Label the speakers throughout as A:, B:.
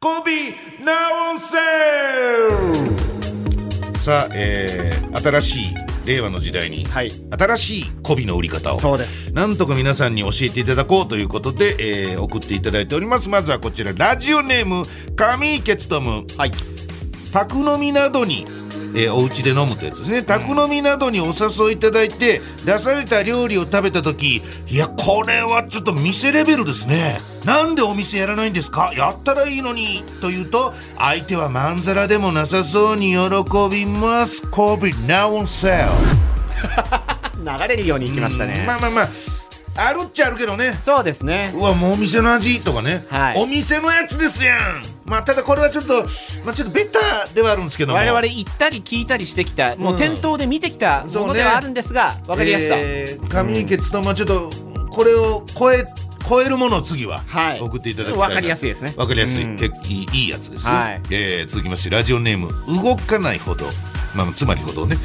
A: コビナオンセー
B: さあ、えー、新しい令和の時代に、
A: はい
B: 新しい媚びの売り方を
A: そうです
B: なんとか皆さんに教えていただこうということで、えー、送っていただいておりますまずはこちらラジオネーム上池勤
A: はい
B: 宅飲みなどに、えー、お家で飲むってやつですね宅飲みなどにお誘いいただいて出された料理を食べた時いやこれはちょっと店レベルですねなんでお店やらないんですかやったらいいのにと言うと相手はまんざらでもなさそうに喜びますコビナオンセル
A: 流れるようにいきましたね、
B: まあまあまああるっちゃあるけどね
A: そうですね
B: うわもうお店の味とかね、
A: はい
B: お店のやつですやんまあただこれはちょっとまあちょっとベタではあるんですけども
C: 我々行ったり聞いたりしてきた、もう店頭で見てきた
B: そう
C: も
B: ね
C: のではあるんですが、わかりやすさ、
B: えー上池つとまちょっとこれを超え超えるものを次は
C: はい
B: 送っていただきたいな
C: わかりやすいですね。
B: わかりやすい、
A: うん
B: 結構いいいいやつですね、
A: はい
B: えー続きましてラジオネーム動かないほど、まあ、つまりほどね、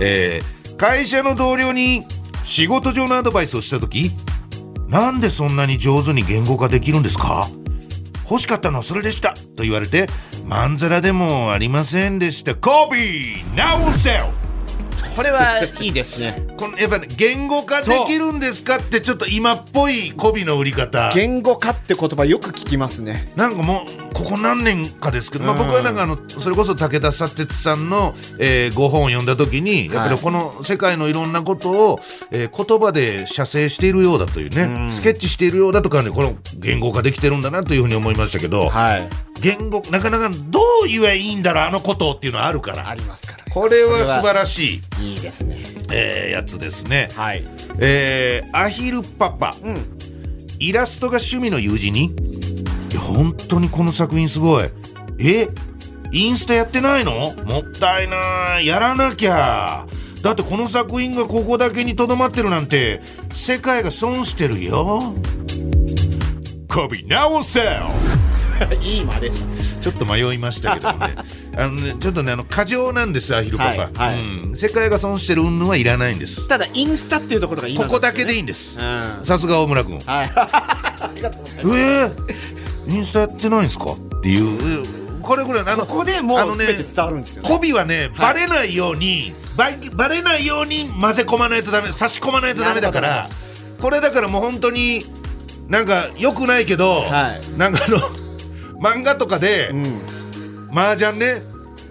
B: えー会社の同僚に仕事上のアドバイスをした時なんでそんなに上手に言語化できるんですか欲しかったのはそれでしたと言われてまんざらでもありませんでしたコビーナウンセル
C: これはいいですね。
B: このやっぱね言語化できるんですかってちょっと今っぽい媚びの売り方
A: 言語化って言葉よく聞きますね
B: なんかもうここ何年かですけど、まあ、僕はなんかあのそれこそ武田砂鉄さんの、えーご本を読んだ時にやっぱりこの世界のいろんなことを、えー言葉で写生しているようだというね、スケッチしているようだとかねこの言語化できてるんだなというふうに思いましたけど、
A: はい
B: 言語なかなかどう言えばいいんだろうあのことっていうのはあるから
A: ありますからね
B: これは素晴らしい、
A: いいですね
B: えーやつですね。
A: はい
B: えーアヒルパパ、
A: ん
B: イラストが趣味の友人に「いや本当にこの作品すごいえインスタやってないのもったいないやらなきゃだってこの作品がここだけにとどまってるなんて世界が損してるよ」コビナオセ
A: いい間でした
B: ちょっと迷いましたけど もねあのねちょっとねあの過剰なんですアヒルパパ、
A: はいはい
B: うん、世界が損してる云々はいらないんです
C: ただ、インスタっていうところが今
B: こ
C: の
B: こだけでいいんです
A: うんは
B: さすが大村君
A: いありがとうございます
B: えー、インスタやってないんですかっていうこれぐらいあの
C: ここでもう
B: あのね
A: 全て伝わるんですよね
B: 媚びはね、バレないようにババレないように混ぜ込まないとダメ差し込まないとダメだか
A: なる
B: ら
A: ほ
B: これだからもう本当になんか良くないけど、
A: はい
B: なんかあの 漫画とかで
A: うん
B: 麻雀ね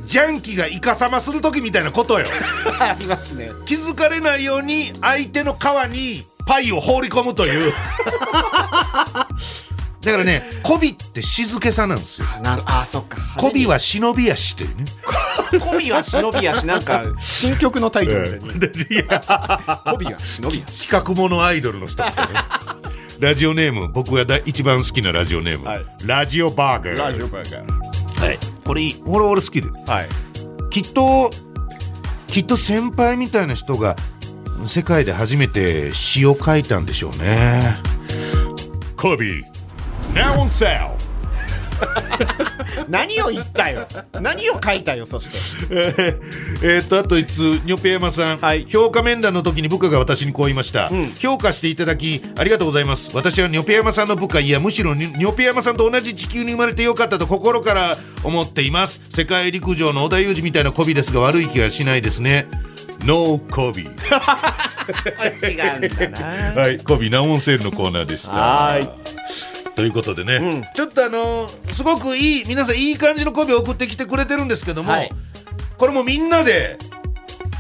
B: ジャンキがイカサマする時みたいなことよ
A: ありますね
B: 気づかれないように相手の皮にパイを放り込むと いうだからね媚びって静けさなんですよ
A: なあそっか
B: 媚びは忍び足というね。
C: コビは忍びやし、なんか、
A: 新曲のタイトルでね
B: いや
A: コビは忍 びや
B: 比較者アイドルの人みたいね。ラジオネーム僕がだ一番好きなラジオネーム、
A: はい
B: ラジオバーガー
A: ラジオバーガー
B: はい、これいい俺俺好きで
A: はい
B: きっときっと先輩みたいな人が世界で初めて詩を書いたんでしょうねコビーナオンセル
A: 何を言ったよ何を書いたよそして
B: えーえーっとあと一通ニョペヤマさん、
A: はい
B: 評価面談の時に部下が私にこう言いました、評価していただきありがとうございます私はニョペヤマさんの部下いやむしろニニョペヤマさんと同じ地球に生まれてよかったと心から思っています世界陸上の織田裕二みたいな媚びですが悪い気はしないですねノーコビ
C: 違うんだな。
B: はいコビナオンセールのコーナーでした
A: はい
B: ということでね、ちょっとあのーすごくいい皆さんいい感じのコビを送ってきてくれてるんですけども、
C: はい
B: これもみんなで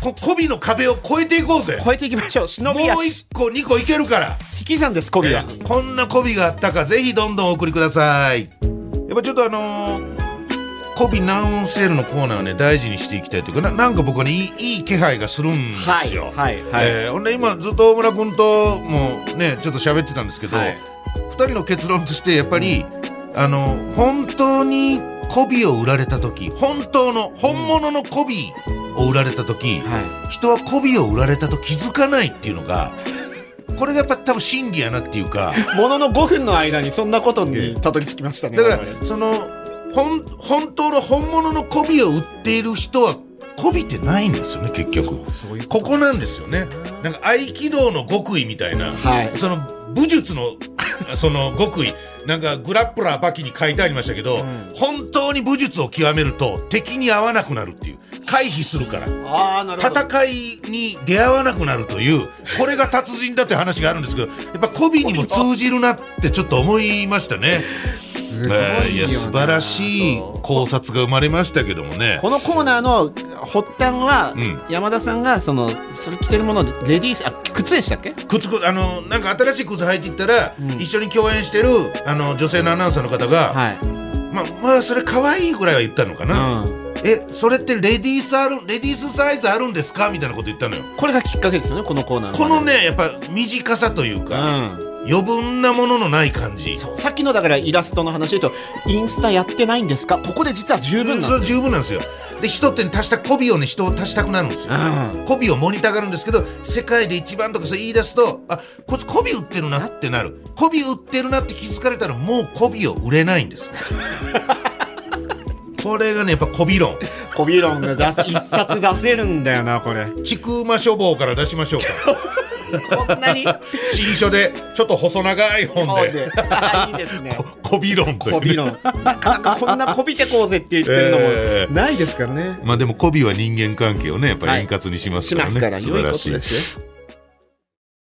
B: こコビの壁を越えていこうぜ
C: 超えていきましょう、忍びや
B: もう
C: し
B: 一。個二個いけるから、
C: 引き算です、コビは。
B: こんなコビがあったかぜひどんどんお送りくださいやっぱちょっとあのーコビナウンセールのコーナーをね大事にしていきたいというかななんか僕はねいいいい気配がするんですよ、
A: はいはい
B: えーほんで今ずっと大村君ともねちょっと喋ってたんですけど、
A: は
B: 二人
A: い
B: の結論としてやっぱり、あの本当に媚びを売られた時本当の本物の媚びを売られた時、
A: は
B: 人は媚びを売られたと気づかないっていうのがこれがやっぱ多分真理やなっていうか
A: ものの5分の間にそんなことにたどり着きましたね
B: だか
A: 我々
B: らその本本当の本物の媚びを売っている人は媚びてないんですよね結局
A: そういう
B: ここなんですよねなんか合気道の極意みたいな、
A: はい
B: その武術のその極意なんかグラップラーバキに書いてありましたけど、本当に武術を極めると敵に合わなくなるっていう回避するから
A: ああなるほど
B: 戦いに出会わなくなるというこれが達人だって話があるんですけどやっぱ媚びにも通じるなってちょっと思いましたね。
A: すごいよな
B: えーいや素晴らしい考察が生まれましたけどもね。
A: このコーナーの発端は、
B: うん
A: 山田さんがそのそれ着てるものをレディースあ靴でしたっけ
B: 靴くあのなんか新しい靴履いていったら、
A: うん
B: 一緒に共演してるあの女性のアナウンサーの方が、
A: はい、
B: まあまあそれ可愛いぐらいは言ったのかな、
A: うん、
B: えそれってレディースあるレディースサイズあるんですかみたいなこと言ったのよ
A: これがきっかけですよねこのコーナー
B: このねやっぱ短さというか、
A: う
B: 余分なもののない感じ
A: ん、そうさっきのだからイラストの話で言うとインスタやってないんですかここで実は十分な
B: それ
A: んですよ
B: 十分なんですよで人って足した媚びをね人を足したくなるんですよ
A: う
B: 媚びを盛りたがるんですけど世界で一番とかそう言い出すとあこいつ媚び売ってるなってなる媚び売ってるなって気づかれたらもう媚びを売れないんです これがねやっぱ媚び論
A: コビロンが出す一冊出せるんだよなこれ
B: ちくま書房から出しましょうか
A: こんなに
B: 新書でちょっと細長い
A: そ
B: 本
A: うで
B: で
A: いいです ね
B: 媚び論というね
A: コビロンなかなかこんなこびてこうぜって言ってる
B: え
A: のもないですからね、
B: まあでも媚びは人間関係をねやっぱり
A: はい
B: 円滑にしますからね、
A: しますから
B: 素晴らし
A: 良いこと
B: い
A: です